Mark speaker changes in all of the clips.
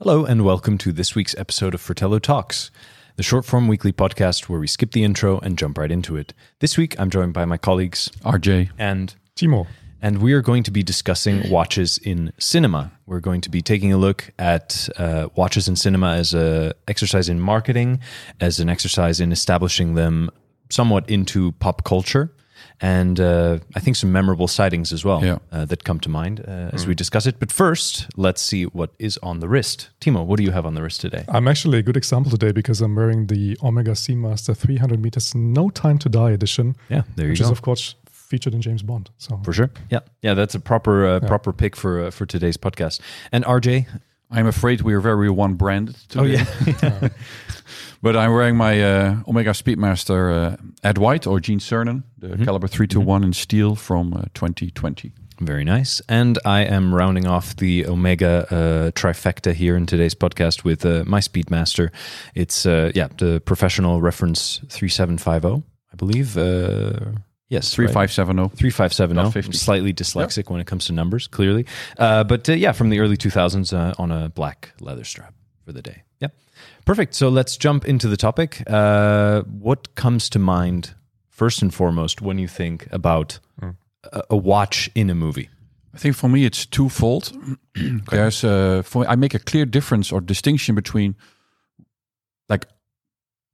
Speaker 1: Hello, and welcome to this week's episode of Fratello Talks, the short form weekly podcast where we skip the intro and jump right into it. This week, I'm joined by my colleagues
Speaker 2: RJ.
Speaker 1: and
Speaker 3: Timo.
Speaker 1: and we are going to be discussing watches in cinema. We're going to be taking a look at uh, watches in cinema as a exercise in marketing, as an exercise in establishing them somewhat into pop culture, and uh, I think some memorable sightings as well
Speaker 2: Yeah.
Speaker 1: uh, that come to mind uh, as we discuss it. But first, let's see what is on the wrist. Timo, what do you have on the wrist today?
Speaker 3: I'm actually a good example today because I'm wearing the Omega Seamaster 300 meters No Time to Die edition,
Speaker 1: Yeah, there you
Speaker 3: which
Speaker 1: go.
Speaker 3: is of course featured in James Bond. So
Speaker 1: for sure. Yeah, yeah, that's a proper uh, proper pick for uh, for today's podcast. And RJ,
Speaker 2: I'm afraid we are very one branded today.
Speaker 3: Oh, yeah.
Speaker 2: But I'm wearing my uh, Omega Speedmaster uh, Ed White or Gene Cernan, the
Speaker 3: Mm-hmm.
Speaker 2: caliber 321 in steel from uh, 2020.
Speaker 1: Very nice. And I am rounding off the Omega uh, trifecta here in today's podcast with uh, my Speedmaster. It's, uh, yeah, the professional reference 3750, oh, I believe. Uh, yes, right.
Speaker 2: 3570.
Speaker 1: 3570.
Speaker 2: Not 50.
Speaker 1: I'm oh. slightly dyslexic when it comes to numbers, clearly. Uh, but uh, yeah, from the early 2000s uh, on a black leather strap for the day. Yeah. Perfect. So let's jump into the topic. Uh, what comes to mind first and foremost when you think about a, a watch in a movie?
Speaker 2: I think for me it's twofold. There's uh, for I make a clear difference or distinction between like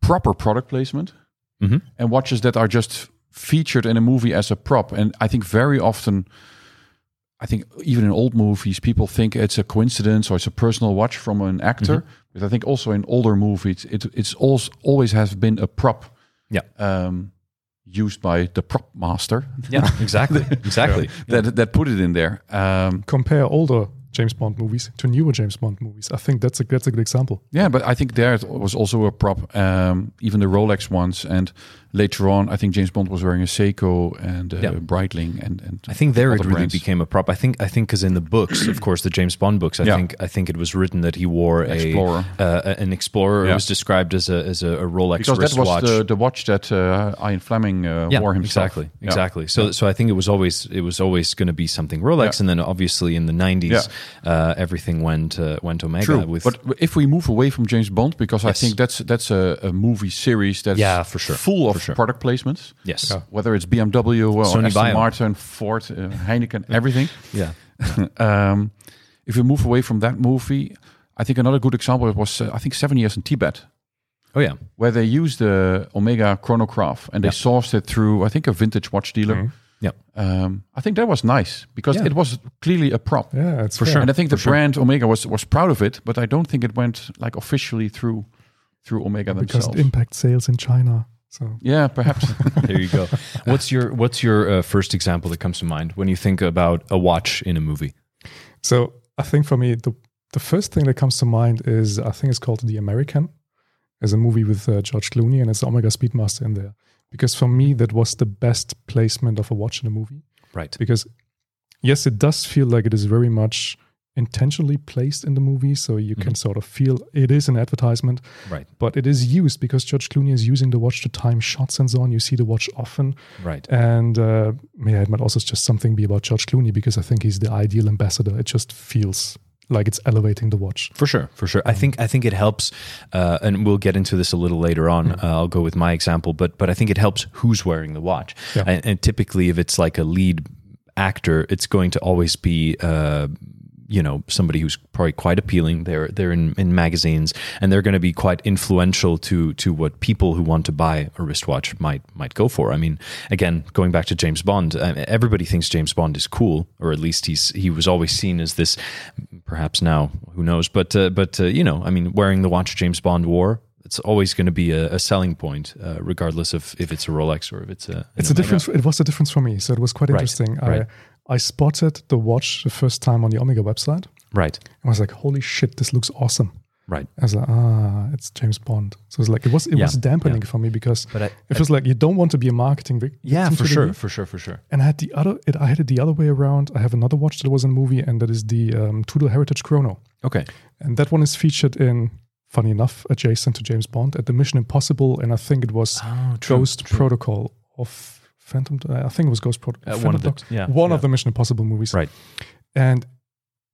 Speaker 2: proper product placement
Speaker 1: Mhm.
Speaker 2: and watches that are just featured in a movie as a prop. And I think very often, I think even in old movies, people think it's a coincidence or it's a personal watch from an actor. But I think also in older movies, it, it's also always has been a prop.
Speaker 1: Yeah.
Speaker 2: Um, used by the prop master
Speaker 1: Yeah, exactly. Exactly.
Speaker 2: that that put it in there. Um,
Speaker 3: compare older James Bond movies to newer James Bond movies. I think that's a that's a good example.
Speaker 2: Yeah, but I think there it was also a prop. Um, even the Rolex ones, and later on, I think James Bond was wearing a Seiko and uh,
Speaker 1: Yeah.
Speaker 2: Breitling, and and
Speaker 1: I think there it
Speaker 2: other
Speaker 1: really
Speaker 2: brands.
Speaker 1: became a prop. I think I think because in the books, of course, the James Bond books, I
Speaker 2: Yeah.
Speaker 1: think I think it was written that he wore a
Speaker 2: Explorer.
Speaker 1: uh, an explorer. It
Speaker 2: Yeah.
Speaker 1: was described as a as a, a Rolex
Speaker 2: because that was
Speaker 1: wristwatch.
Speaker 2: the, the watch that uh, Ian Fleming uh, wore himself.
Speaker 1: Exactly,
Speaker 2: Yeah.
Speaker 1: exactly. So, so I think it was always it was always going to be something Rolex,
Speaker 2: Yeah.
Speaker 1: and then obviously in the nineties, uh, everything went uh, went Omega.
Speaker 2: True,
Speaker 1: With
Speaker 2: but if we move away from James Bond, because I
Speaker 1: Yes.
Speaker 2: think that's that's a, a movie series that's
Speaker 1: Yeah, for sure.
Speaker 2: full of
Speaker 1: For sure.
Speaker 2: product placements.
Speaker 1: yes,
Speaker 3: Yeah.
Speaker 2: Whether it's BMW, or
Speaker 1: Sony
Speaker 2: uh, Aston
Speaker 1: Bio.
Speaker 2: Martin, Ford, uh, Heineken, everything.
Speaker 1: yeah,
Speaker 2: um, if we move away from that movie, I think another good example was uh, I think Seven Years in Tibet,
Speaker 1: oh yeah,
Speaker 2: where they used the Omega chronograph and they
Speaker 1: Yeah.
Speaker 2: sourced it through I think a vintage watch dealer.
Speaker 3: Mm-hmm.
Speaker 1: yeah,
Speaker 2: Um, I think that was nice because
Speaker 1: Yeah.
Speaker 2: it was clearly a prop.
Speaker 3: Yeah, it's fair.
Speaker 2: And I think the brand Omega was was proud of it, but I don't think it went like officially through through Omega
Speaker 3: because
Speaker 2: themselves.
Speaker 3: it impacts sales in China. So
Speaker 2: yeah, perhaps.
Speaker 1: there you go. what's your what's your uh, first example that comes to mind when you think about a watch in a movie?
Speaker 3: so I think for me the the first thing that comes to mind is I think it's called The American, as a movie with uh, George Clooney and it's the Omega Speedmaster in there. Because for me that was the best placement of a watch in a movie.
Speaker 1: Right.
Speaker 3: because yes it does feel like it is very much intentionally placed in the movie so you can sort of feel it is an advertisement
Speaker 1: Mm-hmm. Right.
Speaker 3: but it is used because george clooney is using the watch to time shots and so on you see the watch often
Speaker 1: Right.
Speaker 3: and uh, yeah it might also just something be about george clooney because i think he's the ideal ambassador it just feels like it's elevating the watch
Speaker 1: For sure, for sure. I think I think it helps, uh, and we'll get into this a little later on. Uh, I'll go with my example, but but I think it helps who's wearing the watch.
Speaker 3: Yeah.
Speaker 1: And, and typically, if it's like a lead actor, it's going to always be. Uh, you know somebody who's probably quite appealing they're they're in, in magazines and they're going to be quite influential to to what people who want to buy a wristwatch might might go for i mean again going back to james bond uh, everybody thinks james bond is cool or at least he's he was always seen as this perhaps now who knows but uh, but uh, you know i mean wearing the watch james bond wore it's always going to be a, a selling point uh, regardless of if it's a rolex or if it's a
Speaker 3: it's a difference it was a difference for me so it was quite interesting
Speaker 1: right.
Speaker 3: i i spotted the watch the first time on the omega website
Speaker 1: right
Speaker 3: and was like holy shit this looks awesome
Speaker 1: right
Speaker 3: I was like, ah, it's James Bond. So it's like it was it
Speaker 1: Yeah,
Speaker 3: was dampening for me because
Speaker 1: But I-
Speaker 3: it was like you don't want to be a marketing vic-
Speaker 1: yeah for
Speaker 3: victim to the
Speaker 1: sure
Speaker 3: movie.
Speaker 1: for sure for sure
Speaker 3: And I had the other it, I had it the other way around. I have another watch that was in a movie, and that is the um, Tudor Heritage Chrono,
Speaker 1: okay
Speaker 3: and that one is featured in, funny enough, adjacent to James Bond at the Mission Impossible, and I think it was
Speaker 1: oh,
Speaker 3: Ghost Protocol of Phantom. I think it was Ghost Protocol.
Speaker 1: Uh, one of the- yeah,
Speaker 3: one
Speaker 1: yeah.
Speaker 3: of the Mission Impossible movies,
Speaker 1: Right.
Speaker 3: And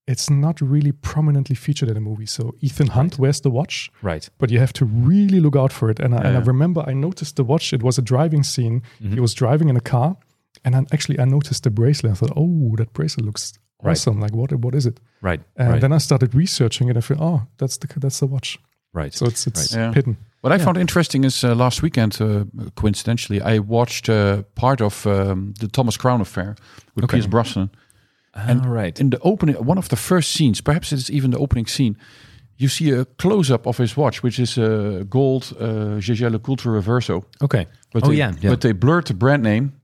Speaker 3: it's not really prominently featured in a movie. So Ethan Hunt wears the watch,
Speaker 1: Right.
Speaker 3: but you have to really look out for it. And I, and I
Speaker 2: Yeah.
Speaker 3: remember I noticed the watch. It was a driving scene.
Speaker 1: Mm-hmm.
Speaker 3: He was driving in a car, and then actually I noticed the bracelet. I thought, oh, that bracelet looks
Speaker 1: Right.
Speaker 3: awesome. Like what? What is it?
Speaker 1: Right.
Speaker 3: And
Speaker 1: right.
Speaker 3: then I started researching it. I thought, oh, that's the that's the watch.
Speaker 1: right.
Speaker 3: So it's it's
Speaker 2: Right. Yeah.
Speaker 3: hidden.
Speaker 2: What I found interesting is uh, last weekend, uh, coincidentally, I watched uh, part of um, the Thomas Crown affair with Pierce Brosnan.
Speaker 1: All right.
Speaker 2: In the opening, one of the first scenes, perhaps it is even the opening scene, you see a close up of his watch, which is a gold uh, Jaeger Lecoultre Reverso.
Speaker 1: okay.
Speaker 2: But
Speaker 1: oh
Speaker 2: they,
Speaker 1: yeah. yeah.
Speaker 2: But they blurred the brand name,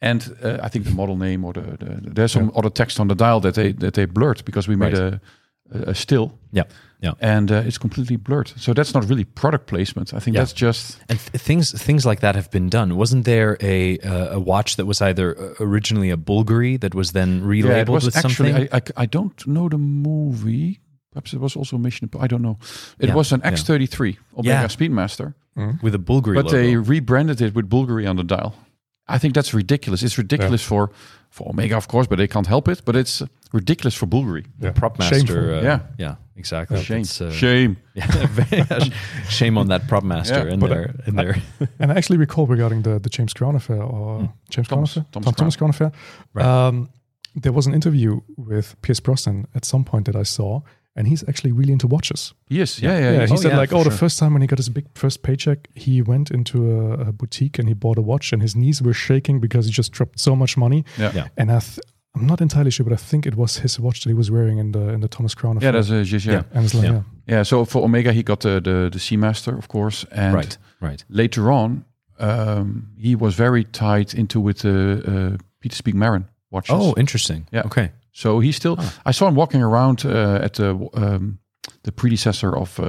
Speaker 2: and uh, I think the model name or the, the there's some other text on the dial that they that they blurred because we made
Speaker 1: Right.
Speaker 2: a, a a still,
Speaker 1: yeah. Yeah.
Speaker 2: and uh, it's completely blurred. So that's not really product placement. I think
Speaker 1: Yeah.
Speaker 2: that's just
Speaker 1: And th- things things like that have been done. Wasn't there a uh, a watch that was either uh, originally a Bulgari that was then relabeled
Speaker 2: it was
Speaker 1: with
Speaker 2: actually.
Speaker 1: something?
Speaker 2: I, I c- I don't know the movie. Perhaps it was also Mission. Imp- I don't know. It
Speaker 1: Yeah,
Speaker 2: was an
Speaker 1: yeah.
Speaker 2: X33 Omega
Speaker 1: Yeah.
Speaker 2: Speedmaster,
Speaker 1: with a Bulgari
Speaker 2: but
Speaker 1: logo.
Speaker 2: they rebranded it with Bulgari on the dial. I think that's ridiculous. It's ridiculous for for Omega, of course, but they can't help it. But it's ridiculous for Bulgari.
Speaker 3: Mm, Yeah.
Speaker 1: prop master.
Speaker 3: Shameful.
Speaker 1: Uh,
Speaker 2: Yeah.
Speaker 1: yeah, exactly.
Speaker 2: Shame.
Speaker 1: That's, uh,
Speaker 2: Shame.
Speaker 1: yeah, shame on that prop master
Speaker 2: Yeah,
Speaker 1: in
Speaker 3: but, uh,
Speaker 1: there. In there.
Speaker 3: And I actually recall regarding the, the James Crown affair or James
Speaker 2: Thomas-
Speaker 3: Crown affair,
Speaker 2: Thomas
Speaker 3: Tom- Thomas Crown affair. Um, there was an interview with Pierce Brosnan at some point that I saw, and he's actually really into watches.
Speaker 2: Yes. Yeah. Yeah.
Speaker 3: Yeah, he
Speaker 1: Oh,
Speaker 3: said
Speaker 1: yeah,
Speaker 3: like,
Speaker 1: for
Speaker 3: oh, the
Speaker 1: sure.
Speaker 3: first time when he got his big first paycheck, he went into a, a boutique and he bought a watch, and his knees were shaking because he just dropped so much money.
Speaker 2: Yeah.
Speaker 1: Yeah.
Speaker 2: Yeah.
Speaker 3: And I th- I'm not entirely sure, but I think it was his watch that he was wearing in the in the Thomas Crown affair.
Speaker 2: that's a Jaeger. uh, Yeah.
Speaker 3: and it's like,
Speaker 1: Yeah.
Speaker 3: yeah.
Speaker 2: So for Omega, he got the the, the Seamaster, of course, and
Speaker 1: Right, right.
Speaker 2: later on, um, he was very tied into with the uh, Peter Speak Marin watches.
Speaker 1: Oh, interesting.
Speaker 2: Yeah.
Speaker 1: Okay.
Speaker 2: so he still. I saw him walking around uh, at the um, the predecessor of uh,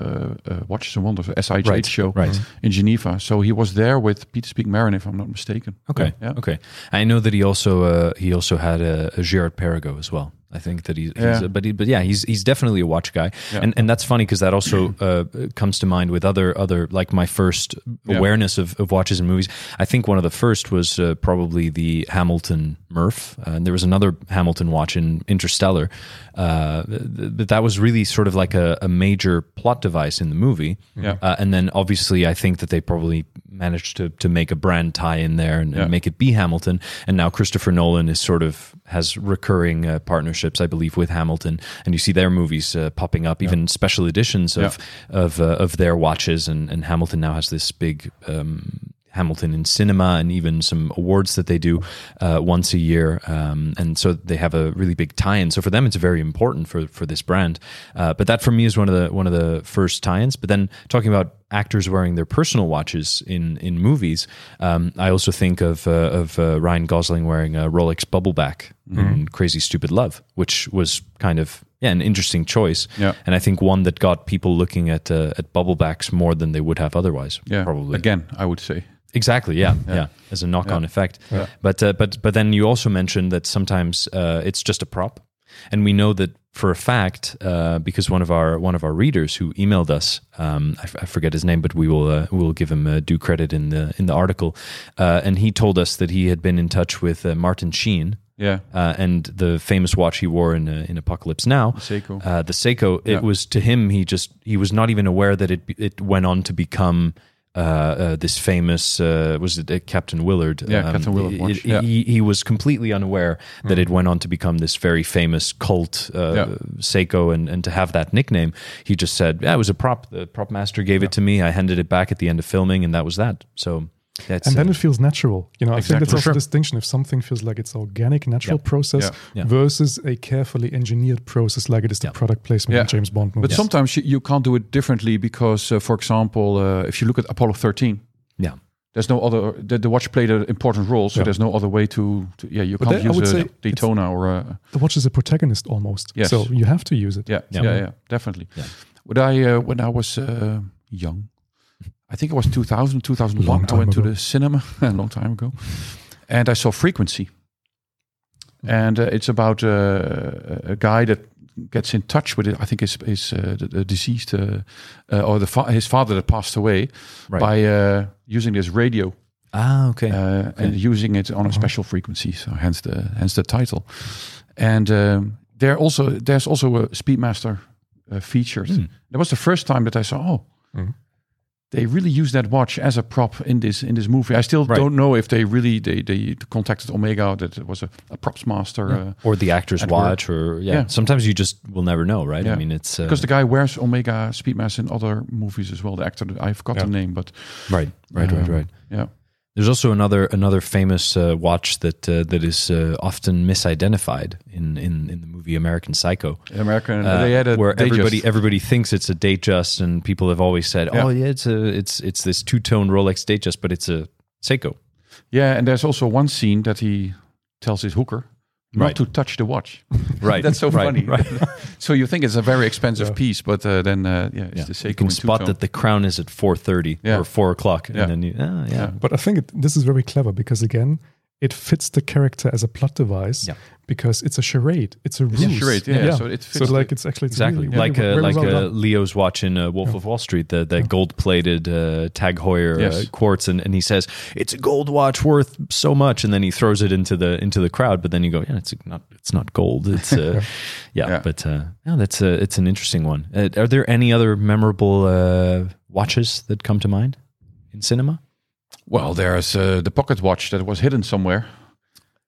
Speaker 2: uh, Watches and Wonders, SIJ
Speaker 1: Right,
Speaker 2: show
Speaker 1: right.
Speaker 2: in Geneva. So he was there with Peter Speak Marin, if I'm not mistaken.
Speaker 1: Okay.
Speaker 2: Yeah.
Speaker 1: Okay. I know that he also uh, he also had a, a Gerard Perregaux as well. I think that he, he's
Speaker 2: Yeah.
Speaker 1: uh, but he, but yeah, he's he's definitely a watch guy, and and that's funny because that also uh, comes to mind with other other like my first awareness of, of watches and movies. I think one of the first was uh, probably the Hamilton Murph, uh, and there was another Hamilton watch in Interstellar, uh, th- th- but that was really sort of like a, a major plot device in the movie.
Speaker 2: Yeah.
Speaker 1: Uh, and then obviously, I think that they probably managed to to make a brand tie in there and,
Speaker 2: Yeah.
Speaker 1: and make it be Hamilton. And now Christopher Nolan is sort of has recurring uh, partnerships, I believe, with Hamilton, and you see their movies uh, popping up, even special editions of of uh, of their watches. And, and Hamilton now has this big. Um, Hamilton in cinema and even some awards that they do uh, once a year, um, and so they have a really big tie-in. So for them, it's very important for for this brand. Uh, but that for me is one of the one of the first tie-ins. But then talking about actors wearing their personal watches in in movies, um, I also think of uh, of uh, Ryan Gosling wearing a Rolex Bubbleback
Speaker 2: Mm-hmm.
Speaker 1: in Crazy Stupid Love, which was kind of yeah an interesting choice.
Speaker 2: Yeah.
Speaker 1: and I think one that got people looking at uh, at bubblebacks more than they would have otherwise.
Speaker 2: Yeah.
Speaker 1: probably.
Speaker 2: Again, I would say.
Speaker 1: Exactly. Yeah. Yeah. As a knock-on effect. But uh, but but then you also mentioned that sometimes uh, it's just a prop, and we know that for a fact uh, because one of our one of our readers who emailed us, um, I, f- I forget his name, but we will uh, we will give him uh, due credit in the in the article, uh, and he told us that he had been in touch with uh, Martin Sheen.
Speaker 2: Yeah.
Speaker 1: Uh, and the famous watch he wore in uh, in Apocalypse Now,
Speaker 2: Seiko.
Speaker 1: uh, the Seiko. It was to him. He just he was not even aware that it it went on to become. Uh, uh, this famous uh, was it uh, Captain Willard?
Speaker 2: Yeah, Captain Willard
Speaker 1: it-
Speaker 2: watch,
Speaker 1: it-
Speaker 2: yeah. Mm.
Speaker 1: He, he was completely unaware that it went on to become this very famous cult uh,
Speaker 2: Yeah.
Speaker 1: Seiko, and, and to have that nickname, he just said, "Yeah, it was a prop. The prop master gave it to me. I handed it back at the end of filming, and that was that." So that's
Speaker 3: and
Speaker 1: uh,
Speaker 3: then it feels natural. You know, I think
Speaker 2: Exactly.
Speaker 3: that's
Speaker 2: For
Speaker 3: also
Speaker 2: sure.
Speaker 3: a distinction. If something feels like it's organic, natural process
Speaker 2: Yeah.
Speaker 1: Yeah.
Speaker 3: versus a carefully engineered process, like it is the product placement
Speaker 2: Yeah.
Speaker 3: in James Bond
Speaker 2: But
Speaker 3: movies.
Speaker 2: sometimes you, you can't do it differently because, uh, for example, uh, if you look at Apollo 13,
Speaker 1: yeah,
Speaker 2: there's no other the, the watch played an important role so there's no other way to, to yeah you can't
Speaker 3: then I would
Speaker 2: use
Speaker 3: say
Speaker 2: a
Speaker 3: it's-
Speaker 2: daytona or a
Speaker 3: the watch is a protagonist almost.
Speaker 2: Yes.
Speaker 3: So you have to use it.
Speaker 2: yeah yeah
Speaker 1: Yeah.
Speaker 2: yeah, definitely when i uh, when i was uh, young i think it was 2000 2001
Speaker 3: Long
Speaker 2: i
Speaker 3: time
Speaker 2: went to
Speaker 3: ago.
Speaker 2: the cinema a long time ago and i saw frequency and uh, it's about uh, a guy that gets in touch with it. I think his his uh, the, the deceased uh, uh, or the fa- his father that passed away
Speaker 1: Right.
Speaker 2: by uh, using this radio
Speaker 1: ah, okay, Uh-huh.
Speaker 2: uh, and using it on a special frequency, so hence the hence the title. And um, there also there's also a Speedmaster uh, featured.
Speaker 1: Hmm. Mm-hmm.
Speaker 2: That was the first time that I saw. Oh,
Speaker 3: Mhm.
Speaker 2: they really use that watch as a prop in this in this movie. I still
Speaker 1: Right.
Speaker 2: don't know if they really they they contacted Omega that it was a, a props master uh,
Speaker 1: or the actor's
Speaker 2: At
Speaker 1: watch, or yeah.
Speaker 2: Yeah.
Speaker 1: Sometimes you just will never know, right? I
Speaker 2: Yeah.
Speaker 1: mean, it's uh,
Speaker 2: because the guy wears Omega Speedmaster in other movies as well. The actor I forgot the name, but
Speaker 1: right, right, right,
Speaker 2: Um,
Speaker 1: right.
Speaker 2: yeah.
Speaker 1: There's also another another famous uh, watch that uh, that is uh, often misidentified in, in in the movie American Psycho.
Speaker 2: In America, and
Speaker 1: uh,
Speaker 2: they had a
Speaker 1: where
Speaker 2: they
Speaker 1: everybody
Speaker 2: just-
Speaker 1: everybody thinks it's a Datejust, and people have always said,
Speaker 2: Yeah.
Speaker 1: "Oh yeah, it's a it's it's this two tone Rolex Datejust, but it's a Seiko."
Speaker 2: yeah, and there's also one scene that he tells his hooker not
Speaker 1: Right.
Speaker 2: to touch the watch.
Speaker 1: Right,
Speaker 2: That's so
Speaker 1: right,
Speaker 2: funny.
Speaker 1: Right.
Speaker 2: so you think it's a very expensive piece, but uh, then uh, yeah, it's
Speaker 1: Yeah.
Speaker 2: the Seiko
Speaker 1: You can
Speaker 2: in
Speaker 1: spot
Speaker 2: two-tone.
Speaker 1: that the crown is at four thirty
Speaker 2: Yeah.
Speaker 1: or four o'clock,
Speaker 2: Yeah.
Speaker 1: and then you, ah, yeah,
Speaker 2: Yeah.
Speaker 3: But I think it, this is very clever because again, it fits the character as a plot device
Speaker 1: Yeah.
Speaker 3: because it's a charade. It's a ruse.
Speaker 2: charade, yeah, so it fits
Speaker 3: so like
Speaker 2: the-
Speaker 3: it's actually it's
Speaker 1: Exactly,
Speaker 2: Mm-hmm.
Speaker 3: really,
Speaker 1: like
Speaker 3: really,
Speaker 1: uh,
Speaker 3: really
Speaker 1: like
Speaker 3: well
Speaker 1: uh,
Speaker 3: done.
Speaker 1: Leo's watch in uh, Wolf of Wall Street, the, that gold-plated uh, Tag Heuer uh,
Speaker 2: Yes.
Speaker 1: quartz, and, and he says it's a gold watch worth so much, and then he throws it into the into the crowd. But then you go, yeah, it's not it's not gold. It's uh, yeah.
Speaker 2: Yeah.
Speaker 1: but uh, yeah, that's a, it's an interesting one. Uh, are there any other memorable uh, watches that come to mind in cinema?
Speaker 2: Well, there's uh, the pocket watch that was hidden somewhere.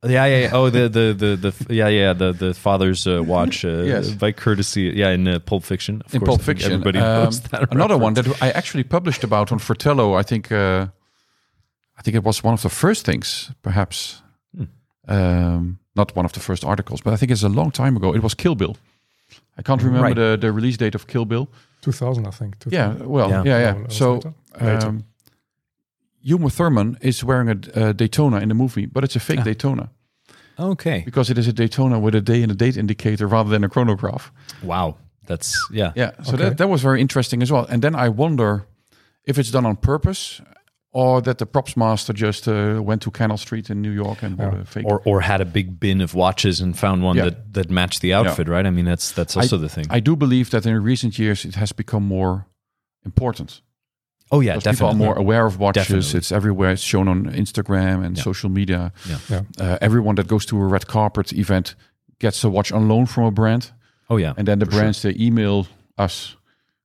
Speaker 1: Yeah, yeah. yeah. Oh, the the the, the yeah, yeah. The the father's uh, watch uh,
Speaker 2: Yes.
Speaker 1: by courtesy. Yeah, in uh, Pulp Fiction. Of
Speaker 2: in
Speaker 1: course,
Speaker 2: Pulp
Speaker 1: I think
Speaker 2: Fiction.
Speaker 1: Everybody
Speaker 2: Um,
Speaker 1: knows that.
Speaker 2: another one that I actually published about on Fratello. I think uh, I think it was one of the first things, perhaps.
Speaker 1: Hmm.
Speaker 2: Um, not one of the first articles, but I think it's a long time ago. It was Kill Bill. I can't remember
Speaker 1: Right.
Speaker 2: the, the release date of Kill Bill.
Speaker 3: 2000, I think. 2000.
Speaker 2: Yeah, well,
Speaker 1: Yeah.
Speaker 2: yeah, yeah.
Speaker 3: No, that was
Speaker 2: So,
Speaker 3: later. Later.
Speaker 2: um, Uma Thurman is wearing a, a Daytona in the movie, but it's a fake Daytona
Speaker 1: Okay.
Speaker 2: because it is a Daytona with a day and a date indicator rather than a chronograph.
Speaker 1: Wow. That's yeah.
Speaker 2: Yeah, so that, that was very interesting as well. And then I wonder if it's done on purpose or that the props master just uh, went to Canal Street in New York and bought a fake.
Speaker 1: Or or had a big bin of watches and found one
Speaker 2: Yeah.
Speaker 1: that that matched the outfit, right? I mean, that's that's also the thing.
Speaker 2: I do believe that in recent years it has become more important.
Speaker 1: oh yeah,
Speaker 2: Because people are
Speaker 1: definitely.
Speaker 2: more aware of watches.
Speaker 1: Definitely.
Speaker 2: It's everywhere. It's shown on Instagram and
Speaker 1: Yeah.
Speaker 2: social media.
Speaker 1: Yeah.
Speaker 3: Yeah.
Speaker 2: Uh, everyone that goes to a red carpet event gets a watch on loan from a brand.
Speaker 1: oh yeah.
Speaker 2: And then the
Speaker 1: For sure.
Speaker 2: brands they email us,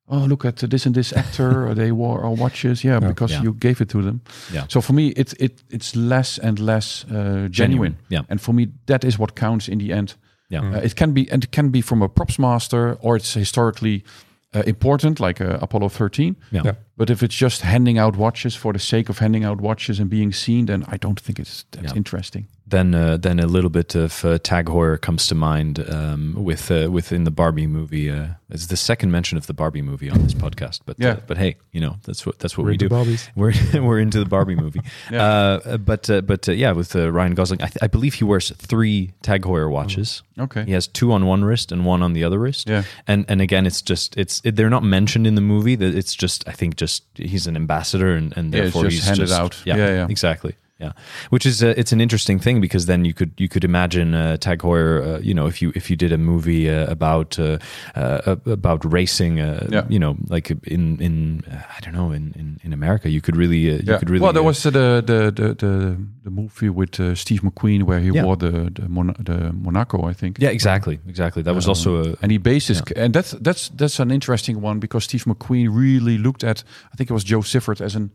Speaker 2: oh look at this and this actor, or they wore our watches, yeah, because
Speaker 1: Yeah.
Speaker 2: you gave it to them.
Speaker 1: Yeah.
Speaker 2: So for me, it's it it's less and less uh, genuine.
Speaker 1: Yeah.
Speaker 2: And for me, that is what counts in the end.
Speaker 1: Yeah.
Speaker 2: Uh, it can be and it can be from a props master, or it's historically uh, important, like uh, Apollo thirteen.
Speaker 1: Yeah.
Speaker 3: Yeah.
Speaker 2: But if it's just handing out watches for the sake of handing out watches and being seen, then I don't think it's that
Speaker 1: Yeah.
Speaker 2: interesting.
Speaker 1: Then uh, then a little bit of uh, Tag Heuer comes to mind um, with uh, within the Barbie movie. Uh, it's the second mention of the Barbie movie on this podcast, but uh,
Speaker 2: Yeah.
Speaker 1: but hey, you know that's what that's what
Speaker 3: We're
Speaker 1: we
Speaker 3: into
Speaker 1: do.
Speaker 3: Barbies.
Speaker 1: We're we're into the Barbie movie. uh, but uh, but uh, yeah, with uh, Ryan Gosling, I, th- I believe he wears three Tag Heuer watches.
Speaker 2: Okay.
Speaker 1: He has two on one wrist and one on the other wrist.
Speaker 2: Yeah.
Speaker 1: And and again, it's just it's it, they're not mentioned in the movie. That it's just I think just he's an ambassador and and
Speaker 2: Yeah, it's
Speaker 1: therefore
Speaker 2: just
Speaker 1: he's
Speaker 2: handed
Speaker 1: just-
Speaker 2: out.
Speaker 1: Yeah,
Speaker 2: Yeah, yeah.
Speaker 1: exactly. Yeah, which is uh, it's an interesting thing because then you could you could imagine uh, Tag Heuer, uh, you know, if you if you did a movie uh, about uh, uh, about racing, uh,
Speaker 2: Yeah.
Speaker 1: you know, like in in uh, I don't know in in, in America, you could really uh, you could really
Speaker 2: well, there
Speaker 1: uh,
Speaker 2: was uh, the, the the the the movie with uh, Steve McQueen where he
Speaker 1: Yeah.
Speaker 2: wore the the, Mon- the Monaco, I think.
Speaker 1: yeah exactly exactly that was also a
Speaker 2: And he bases, and that's that's that's an interesting one because Steve McQueen really looked at, I think it was Joe Siffert as an,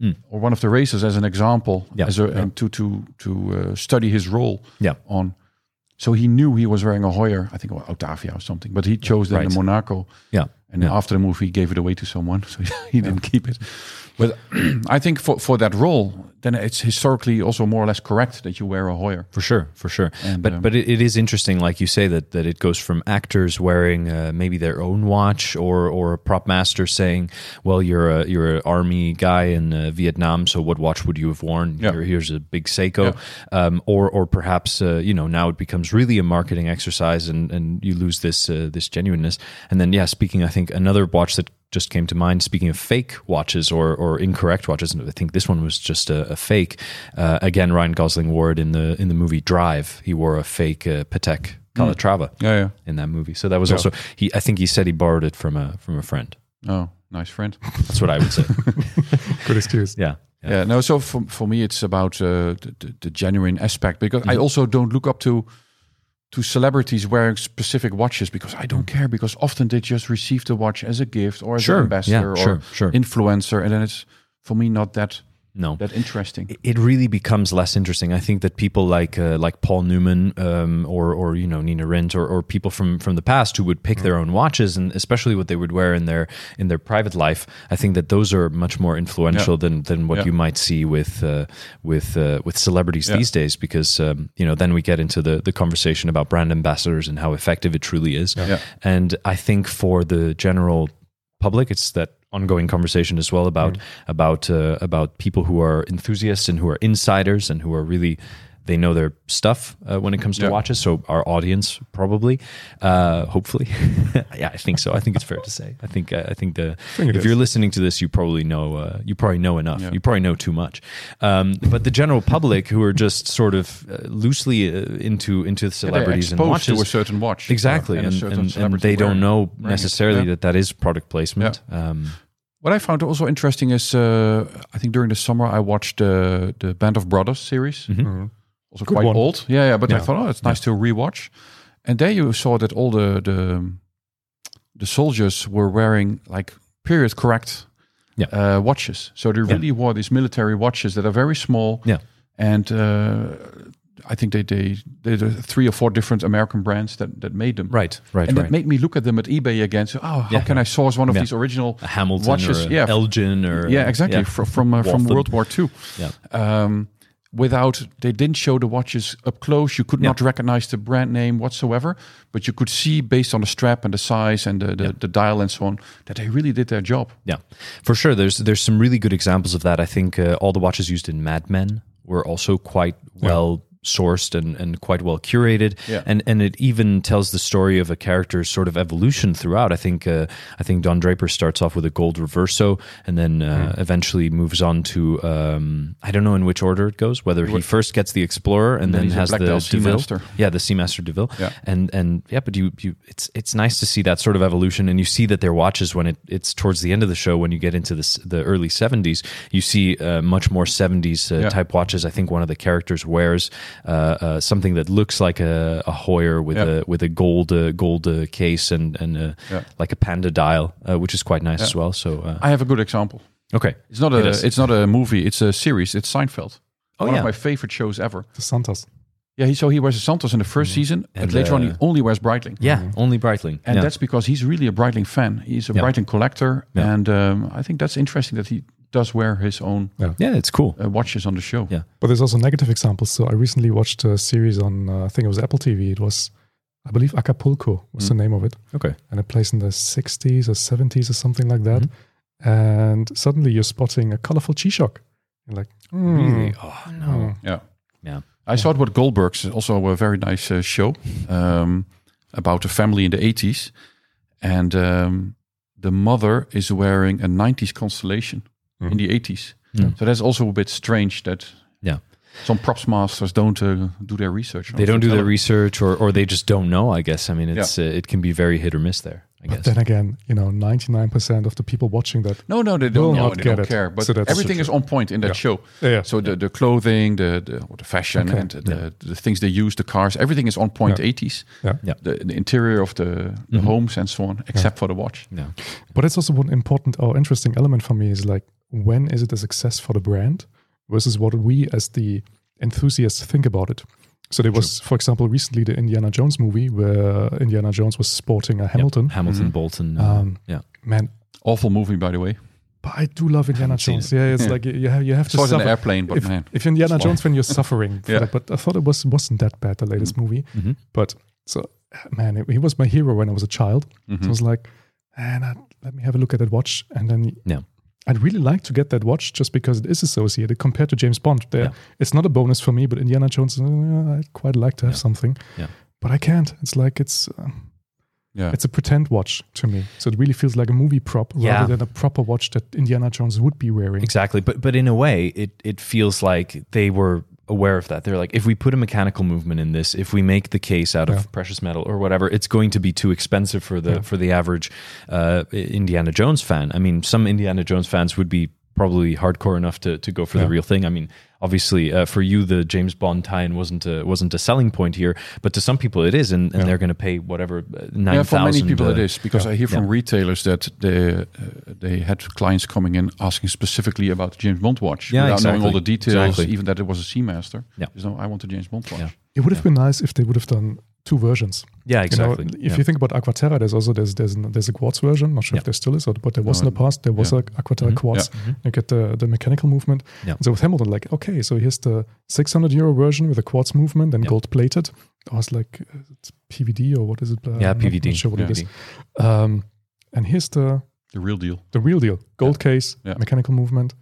Speaker 1: Mm.
Speaker 2: or one of the racers as an example,
Speaker 1: Yeah,
Speaker 2: as a,
Speaker 1: yeah.
Speaker 2: and to to to uh, study his role
Speaker 1: Yeah.
Speaker 2: on. So he knew he was wearing a Hoyer, I think, or Autavia or something, but he chose then
Speaker 1: Right.
Speaker 2: the Monaco.
Speaker 1: yeah
Speaker 2: And after the movie, he gave it away to someone, so he didn't keep it. But I think for, for that role, then it's historically also more or less correct that you wear a Hoyer.
Speaker 1: for sure for sure
Speaker 2: And,
Speaker 1: but
Speaker 2: um,
Speaker 1: but it, it is interesting like you say that that it goes from actors wearing uh, maybe their own watch or or a prop master saying well you're a you're an army guy in uh, vietnam so what watch would you have worn
Speaker 2: Yeah.
Speaker 1: Here- here's a big seiko um, or or perhaps uh, you know now it becomes really a marketing exercise and and you lose this uh, this genuineness and then yeah speaking i think another watch that just came to mind. Speaking of fake watches or or incorrect watches, and I think this one was just a, a fake. Uh, again, Ryan Gosling wore it in the in the movie Drive. He wore a fake uh, Patek Calatrava
Speaker 2: Yeah, yeah.
Speaker 1: in that movie. So that was also he. I think he said he borrowed it from a from a friend.
Speaker 2: Oh, nice friend.
Speaker 1: That's what I would say.
Speaker 3: Good excuse.
Speaker 1: yeah. yeah.
Speaker 2: Yeah, no. So
Speaker 1: Mm-hmm.
Speaker 2: for for me, it's about uh, the, the the genuine aspect because I also don't look up to to celebrities wearing specific watches because I don't care because often they just receive the watch as a gift or as
Speaker 1: Mm. Sure,
Speaker 2: an
Speaker 1: yeah,
Speaker 2: ambassador or
Speaker 1: sure, sure.
Speaker 2: influencer, and then it's for me not that
Speaker 1: No.
Speaker 2: that interesting.
Speaker 1: it really becomes less interesting. I think that people like uh, like Paul Newman um, or or you know Nina Rint or, or people from from the past who would pick
Speaker 2: Mm.
Speaker 1: their own watches and especially what they would wear in their in their private life. I think that those are much more influential than than what
Speaker 2: Yeah.
Speaker 1: you might see with uh, with uh, with celebrities these days because um, you know then we get into the the conversation about brand ambassadors and how effective it truly is.
Speaker 2: Yeah.
Speaker 1: And I think for the general public, it's that ongoing conversation as well about
Speaker 2: Mm.
Speaker 1: about uh, about people who are enthusiasts and who are insiders and who are really they know their stuff uh, when it comes to
Speaker 2: Yeah.
Speaker 1: watches. So our audience probably, uh, hopefully, yeah, I think so. I think it's fair to say. I think uh, I think the
Speaker 3: think it
Speaker 1: if
Speaker 3: is.
Speaker 1: you're listening to this, you probably know uh, you probably know enough. You probably know too much. Um, but the general public who are just sort of uh, loosely uh, into into
Speaker 2: They're
Speaker 1: celebrities and
Speaker 2: exposed
Speaker 1: watches
Speaker 2: to a certain watch, uh,
Speaker 1: exactly
Speaker 2: and, a
Speaker 1: and,
Speaker 2: certain
Speaker 1: and- and
Speaker 2: celebrity
Speaker 1: they don't
Speaker 2: wearing-
Speaker 1: know
Speaker 2: wearing it.
Speaker 1: necessarily
Speaker 2: Yeah.
Speaker 1: that that is product placement um,
Speaker 2: What I found also interesting is, uh, I think during the summer I watched uh, the Band of Brothers series,
Speaker 1: Mm.
Speaker 2: also
Speaker 3: Good
Speaker 2: Mm-hmm. quite
Speaker 3: one.
Speaker 2: old. Yeah, yeah. But I
Speaker 1: Yeah.
Speaker 2: thought, oh, it's nice to rewatch. And there you saw that all the the the soldiers were wearing like period correct
Speaker 1: Yeah.
Speaker 2: uh, watches. So they really wore these military watches that are very small.
Speaker 1: Yeah.
Speaker 2: And uh, I think they they they are three or four different American brands that that made them.
Speaker 1: right right
Speaker 2: and
Speaker 1: right
Speaker 2: that made me look at them at eBay again. So, oh, how
Speaker 1: Yeah.
Speaker 2: can I source one of
Speaker 1: Yeah.
Speaker 2: these original
Speaker 1: a Hamilton
Speaker 2: watches?
Speaker 1: or a
Speaker 2: yeah,
Speaker 1: Elgin or
Speaker 2: yeah, exactly. From from, uh, from
Speaker 1: Waltham.
Speaker 2: World War II.
Speaker 1: Yeah.
Speaker 2: Um, without they didn't show the watches up close. You could not recognize the brand name whatsoever, but you could see based on the strap and the size and the the, the dial and so on that they really did their job.
Speaker 1: Yeah, for sure. There's there's some really good examples of that. I think uh, all the watches used in Mad Men were also quite well sourced and, and quite well curated.
Speaker 2: Yeah.
Speaker 1: And and it even tells the story of a character's sort of evolution throughout. I think uh, I think Don Draper starts off with a gold reverso and then uh,
Speaker 2: Hmm.
Speaker 1: eventually moves on to um, I don't know in which order it goes. Whether he first gets the Explorer and, then,
Speaker 2: he's a
Speaker 1: has the
Speaker 2: Blackdale
Speaker 1: Deville.
Speaker 2: Seamaster.
Speaker 1: Yeah, the Seamaster Deville.
Speaker 2: Yeah.
Speaker 1: And and yeah, but you you it's it's nice to see that sort of evolution and you see that their watches when it it's towards the end of the show when you get into this the early 70s, you see uh, much more 70s uh,
Speaker 2: Yeah.
Speaker 1: type watches. I think one of the characters wears uh, uh, something that looks like a, a Hoyer with
Speaker 2: Yeah.
Speaker 1: a with a gold uh, gold uh, case and and uh,
Speaker 2: Yeah.
Speaker 1: like a panda dial, uh, which is quite nice as well. So uh,
Speaker 2: I have a good example.
Speaker 1: okay.
Speaker 2: It's not
Speaker 1: It
Speaker 2: a
Speaker 1: is.
Speaker 2: it's not a movie. It's a series. It's Seinfeld.
Speaker 1: Oh,
Speaker 2: One
Speaker 1: yeah.
Speaker 2: of my favorite shows ever.
Speaker 3: The Santas.
Speaker 2: Yeah, he, so he wears a Santos in the 1st season, and
Speaker 1: Mm-hmm. And,
Speaker 2: later on he
Speaker 1: uh,
Speaker 2: only wears Breitling.
Speaker 1: Yeah, only Breitling.
Speaker 2: Mm-hmm. And
Speaker 1: yeah.
Speaker 2: that's because he's really a Breitling fan. He's a
Speaker 1: Yeah.
Speaker 2: Breitling collector,
Speaker 1: Yeah.
Speaker 2: and um, I think that's interesting that he does wear his own
Speaker 1: yeah, it's cool.
Speaker 2: uh, watches on the show.
Speaker 1: Yeah.
Speaker 3: But there's also negative examples. So I recently watched a series on, uh, I think it was Apple TV. It was, I believe, Acapulco was the name of it.
Speaker 1: Mm. Okay.
Speaker 3: And it plays in the 60s or 70s or something like that.
Speaker 1: Mm-hmm.
Speaker 3: And suddenly you're spotting a colorful G-Shock. You're like, hmm,
Speaker 1: Really? Oh no.
Speaker 2: Yeah.
Speaker 1: Yeah.
Speaker 2: I saw it with Goldberg's, also a very nice uh, show um, about a family in the 80s. And um, the mother is wearing a 90s constellation in the 80s.
Speaker 1: Mm.
Speaker 2: So that's also a bit strange that
Speaker 1: Yeah.
Speaker 2: some props masters don't uh, do their research. on
Speaker 1: they don't do their
Speaker 2: photography.
Speaker 1: research or, or they just don't know i guess i mean it's uh, it can be very hit or miss there i
Speaker 3: But
Speaker 1: guess
Speaker 3: then again, you know, 99% of the people watching that,
Speaker 2: No, no, they
Speaker 3: Will
Speaker 2: don't know.
Speaker 3: not
Speaker 2: They
Speaker 3: get
Speaker 2: don't
Speaker 3: it.
Speaker 2: care. But
Speaker 3: So that's
Speaker 2: everything
Speaker 3: also
Speaker 2: is on point in that show.
Speaker 3: Yeah.
Speaker 2: So the, the clothing, the the, or the fashion,
Speaker 3: Okay.
Speaker 2: and the, the things they use, the cars, everything is on point.
Speaker 3: Yeah.
Speaker 2: 80s.
Speaker 3: Yeah. Mm-hmm.
Speaker 1: Yeah.
Speaker 2: The, the interior of the, the homes and so on, except for the watch.
Speaker 1: yeah
Speaker 3: But it's also one important or interesting element for me is like, when is it a success for the brand versus what we as the enthusiasts think about it? So there was, for example, recently the Indiana Jones movie where Indiana Jones was sporting a Hamilton.
Speaker 1: hamilton bolton uh,
Speaker 3: Um,
Speaker 1: yeah
Speaker 3: Man,
Speaker 2: Awful movie, by the way.
Speaker 3: but I do love Indiana
Speaker 1: seen
Speaker 3: Jones. Yeah, it's like you, you have, you have to
Speaker 2: Saw it in an
Speaker 3: suffer.
Speaker 2: airplane, but
Speaker 3: if,
Speaker 2: man.
Speaker 3: if Indiana
Speaker 2: it's long.
Speaker 3: Jones, when you're suffering,
Speaker 2: Yeah. Mm.
Speaker 3: but I thought it was wasn't that bad the latest movie.
Speaker 1: Mhm.
Speaker 3: But so, man, he was my hero when I was a child.
Speaker 2: mm-hmm.
Speaker 3: So I was like, and I, let me have a look at that watch, and then
Speaker 1: Yeah.
Speaker 3: I'd really like to get that watch just because it is associated compared to James Bond. There,
Speaker 1: Yeah.
Speaker 3: it's not a bonus for me, but Indiana Jones, uh, I'd quite like to have something.
Speaker 1: Yeah.
Speaker 3: But I can't. It's like it's um,
Speaker 2: Yeah.
Speaker 3: it's a pretend watch to me. So it really feels like a movie prop
Speaker 1: Yeah.
Speaker 3: rather than a proper watch that Indiana Jones would be wearing.
Speaker 1: exactly but but in a way it it feels like they were aware of that they're like if we put a mechanical movement in this if we make the case out of precious metal or whatever it's going to be too expensive for the for the average uh, indiana jones fan i mean some indiana jones fans would be probably hardcore enough to, to go for the
Speaker 3: Yeah.
Speaker 1: real thing. I mean, obviously, uh, for you, the James Bond tie-in wasn't a, wasn't a selling point here, but to some people it is, and, and
Speaker 3: Yeah.
Speaker 1: they're going to pay whatever uh, nine
Speaker 2: yeah, for many people
Speaker 1: uh,
Speaker 2: it is because I hear from retailers that they uh, they had clients coming in asking specifically about the James Bond watch
Speaker 1: Yeah,
Speaker 2: without knowing all
Speaker 1: exactly.
Speaker 2: the details,
Speaker 1: Exactly.
Speaker 2: even that it was a Seamaster.
Speaker 1: Yeah.
Speaker 2: Just, no, I want the James Bond watch.
Speaker 1: Yeah.
Speaker 3: It would have been nice if they would have done two versions.
Speaker 1: Yeah,
Speaker 3: You know,
Speaker 1: exactly.
Speaker 3: if
Speaker 1: Yeah.
Speaker 3: you think about Aquaterra, there's also there's there's, an, there's a quartz version. Not sure
Speaker 1: Yeah.
Speaker 3: if there still is, or, but there was
Speaker 2: No,
Speaker 3: in the past. There was
Speaker 2: yeah.
Speaker 3: a Aquaterra
Speaker 1: Mhm.
Speaker 3: quartz. You get the the mechanical movement.
Speaker 1: Yeah.
Speaker 3: And so with Hamilton, like okay, so here's the 600 euro version with a quartz movement and
Speaker 1: Yeah.
Speaker 3: gold plated. I was like, uh, it's PVD or what is it? Uh,
Speaker 1: yeah,
Speaker 3: I'm not-
Speaker 1: PVD.
Speaker 3: Not sure what it
Speaker 1: PVD.
Speaker 3: is. Um, and here's the
Speaker 2: The real deal.
Speaker 3: the real deal: gold case,
Speaker 2: Yeah.
Speaker 3: mechanical movement.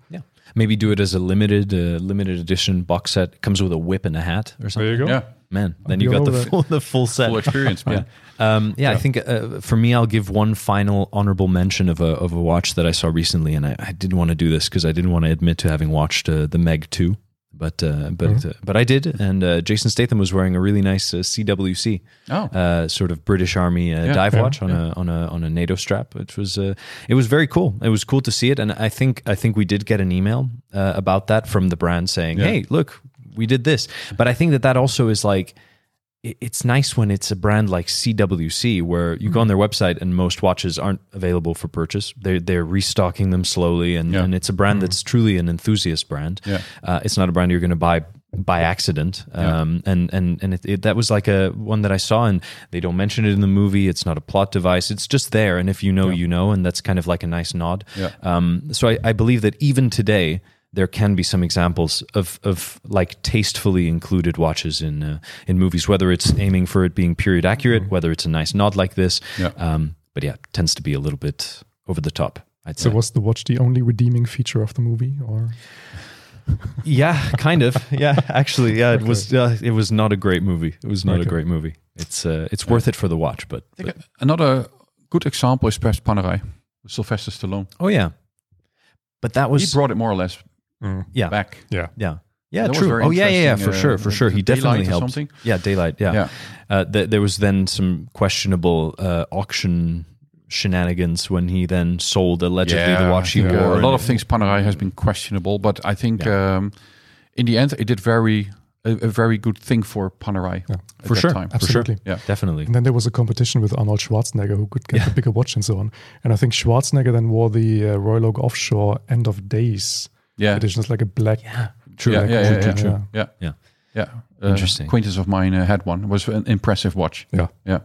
Speaker 1: Maybe do it as a limited uh, limited edition box set. It comes with a whip and a hat or something.
Speaker 3: you go.
Speaker 2: Yeah,
Speaker 1: Man, then
Speaker 3: be
Speaker 1: you
Speaker 3: all
Speaker 1: got the
Speaker 3: over it.
Speaker 1: full, the full set.
Speaker 2: full experience, man.
Speaker 1: Um, yeah, I think uh, for me, I'll give one final honorable mention of a of a watch that I saw recently, and I, I didn't want to do this because I didn't want to admit to having watched uh, the Meg two, but uh, but
Speaker 3: Mm-hmm.
Speaker 1: uh, but I did, and uh, Jason Statham was wearing a really nice uh, CWC,
Speaker 2: Oh,
Speaker 1: uh, sort of British Army uh,
Speaker 2: Yeah,
Speaker 1: dive
Speaker 3: yeah,
Speaker 1: watch on a on a on a NATO strap, which was uh, it was very cool. It was cool to see it, and I think I think we did get an email uh, about that from the brand saying,
Speaker 2: Yeah.
Speaker 1: "Hey, look, we did this." But I think that that also is like. i- It's nice when it's a brand like CWC where
Speaker 2: Mm-hmm.
Speaker 1: you go on their website and most watches aren't available for purchase. They're, they're restocking them slowly, and,
Speaker 2: Yeah. Mm-hmm.
Speaker 1: and it's a brand that's truly an enthusiast brand.
Speaker 2: Yeah.
Speaker 1: Uh, it's not a brand you're going to buy by accident. Um, And and and it, it, that was like a one that I saw, and they don't mention it in the movie. It's not a plot device. It's just there, and if you know, you know, and that's kind of like a nice nod.
Speaker 2: Yeah.
Speaker 1: Um, so I, I believe that even today. There can be some examples of, of like tastefully included watches in uh, in movies, whether it's aiming for it being period accurate, whether it's a nice nod like this.
Speaker 2: Mm-hmm. Yeah.
Speaker 1: Um, but yeah, tends to be a little bit over the top. I'd
Speaker 3: So
Speaker 1: say.
Speaker 3: was the watch the only redeeming feature of the movie, or
Speaker 1: Yeah, kind of. Yeah, actually, yeah, it was. Uh, it was not a great movie. It was not a great movie. It's uh, it's worth it for the watch, but,
Speaker 2: I
Speaker 1: but-
Speaker 2: think another good example is perhaps Panerai, Sylvester Stallone.
Speaker 1: oh yeah, but that
Speaker 2: he
Speaker 1: was
Speaker 2: brought it more or less Mm,
Speaker 1: yeah,
Speaker 2: back.
Speaker 3: yeah,
Speaker 1: yeah, yeah,
Speaker 2: That was
Speaker 1: true.
Speaker 2: very
Speaker 1: Oh yeah, yeah, yeah,
Speaker 2: interesting,
Speaker 1: for
Speaker 2: uh,
Speaker 1: sure, for
Speaker 2: the-
Speaker 1: sure. He
Speaker 2: the daylight
Speaker 1: definitely
Speaker 2: or
Speaker 1: helped.
Speaker 2: something.
Speaker 1: Yeah, daylight. Yeah,
Speaker 2: Yeah.
Speaker 1: Uh, th- there was then some questionable uh, auction shenanigans when he then sold allegedly the watch he
Speaker 2: yeah.
Speaker 1: wore.
Speaker 2: A lot of
Speaker 1: and-
Speaker 2: things Panerai has been questionable, but I think um, in the end it did very a, a very good thing for Panerai
Speaker 3: Yeah.
Speaker 2: at
Speaker 1: For
Speaker 2: that
Speaker 1: sure.
Speaker 2: time.
Speaker 3: absolutely.
Speaker 2: Yeah.
Speaker 1: definitely.
Speaker 3: And then there was a competition with Arnold Schwarzenegger, who could get the bigger watch and so on. And I think Schwarzenegger then wore the uh, Royal Oak Offshore End of Days
Speaker 2: Yeah.
Speaker 3: edition. It's like a black.
Speaker 1: Yeah,
Speaker 3: true.
Speaker 2: Yeah, yeah, yeah, yeah.
Speaker 3: yeah.
Speaker 2: Yeah.
Speaker 1: Yeah.
Speaker 2: Yeah. Uh,
Speaker 1: Interesting.
Speaker 2: acquaintance of mine uh, had one. It was an impressive watch.
Speaker 3: Yeah.
Speaker 2: Yeah.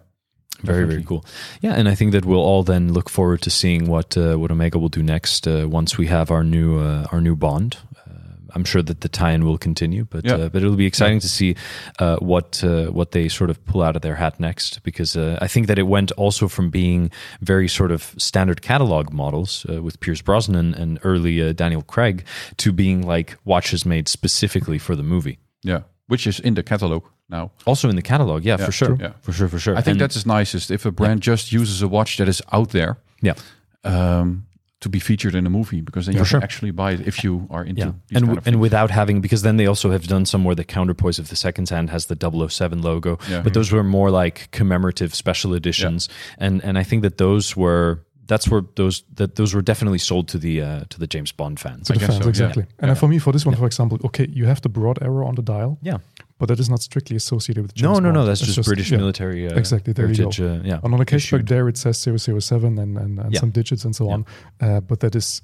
Speaker 1: Very very
Speaker 2: Definitely.
Speaker 1: cool, yeah, and I think that we'll all then look forward to seeing what uh, what Omega will do next uh, once we have our new uh, our new bond. Uh, I'm sure that the tie-in will continue, but
Speaker 2: Yeah.
Speaker 1: uh, but it'll be exciting to see uh, what uh, what they sort of pull out of their hat next because uh, I think that it went also from being very sort of standard catalog models uh, with Pierce Brosnan and early uh, Daniel Craig to being like watches made specifically for the movie.
Speaker 2: Yeah. Which is in the catalog now.
Speaker 1: Also in the catalog, yeah, for sure,
Speaker 2: yeah.
Speaker 1: for sure, for sure.
Speaker 2: I think
Speaker 1: And-
Speaker 2: that's as nicest if a brand just uses a watch that is out there
Speaker 1: yeah.
Speaker 2: um, to be featured in a movie because then you
Speaker 1: sure.
Speaker 2: can actually buy it if you are into
Speaker 1: Yeah. And,
Speaker 2: these kind
Speaker 1: w-
Speaker 2: of
Speaker 1: and
Speaker 2: things.
Speaker 1: without having, because then they also have done some where the counterpoise of the second hand has the 007 logo,
Speaker 2: Yeah.
Speaker 1: but those were more like commemorative special editions. And, and I think that those were, that's where those, that those were definitely sold to the, uh, to the James Bond fans.
Speaker 3: To the
Speaker 2: guess
Speaker 3: fans,
Speaker 2: so, yeah.
Speaker 3: exactly. And then for me, for this one, for example, okay, you have the broad arrow on the dial,
Speaker 1: Yeah.
Speaker 3: but that is not strictly associated with.
Speaker 1: No, no,
Speaker 3: James
Speaker 1: no.
Speaker 3: Bond.
Speaker 1: That's
Speaker 3: It's
Speaker 1: just, British
Speaker 3: yeah.
Speaker 1: military. Uh,
Speaker 3: Exactly, there you
Speaker 1: heritage,
Speaker 3: go.
Speaker 1: uh, yeah.
Speaker 3: And on the cashback there, it says 007 and, and, and
Speaker 1: Yeah.
Speaker 3: some digits and so on. Uh, but that is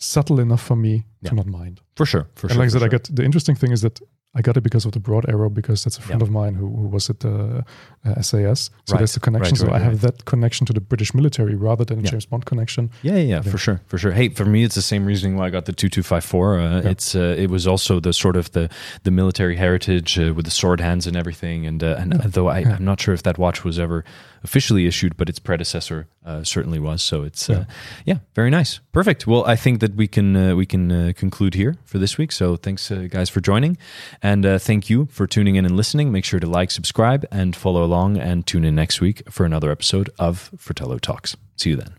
Speaker 3: subtle enough for me
Speaker 1: Yeah.
Speaker 3: to not mind.
Speaker 1: For sure. For
Speaker 3: and
Speaker 1: sure.
Speaker 3: like I
Speaker 1: for
Speaker 3: said, I
Speaker 1: sure.
Speaker 3: got the interesting thing is that I got it because of the broad arrow because that's a friend of mine who, who was at uh, uh, SAS. So
Speaker 1: Right.
Speaker 3: there's the connection.
Speaker 1: Right,
Speaker 3: so
Speaker 1: right,
Speaker 3: I have that connection to the British military rather than a
Speaker 1: Yeah.
Speaker 3: James Bond connection.
Speaker 1: Yeah, yeah, yeah, for sure, for sure. Hey, for me, it's the same reasoning why I got the two two five four. It's uh, it was also the sort of the the military heritage uh, with the sword hands and everything. And uh, and though I, I'm not sure if that watch was ever officially issued, but its predecessor uh, certainly was. So it's uh, yeah. very nice, perfect. Well, I think that we can uh, we can uh, conclude here for this week. So thanks uh, guys for joining, and uh, thank you for tuning in and listening. Make sure to like, subscribe, and follow along, and tune in next week for another episode of Fratello Talks. See you then.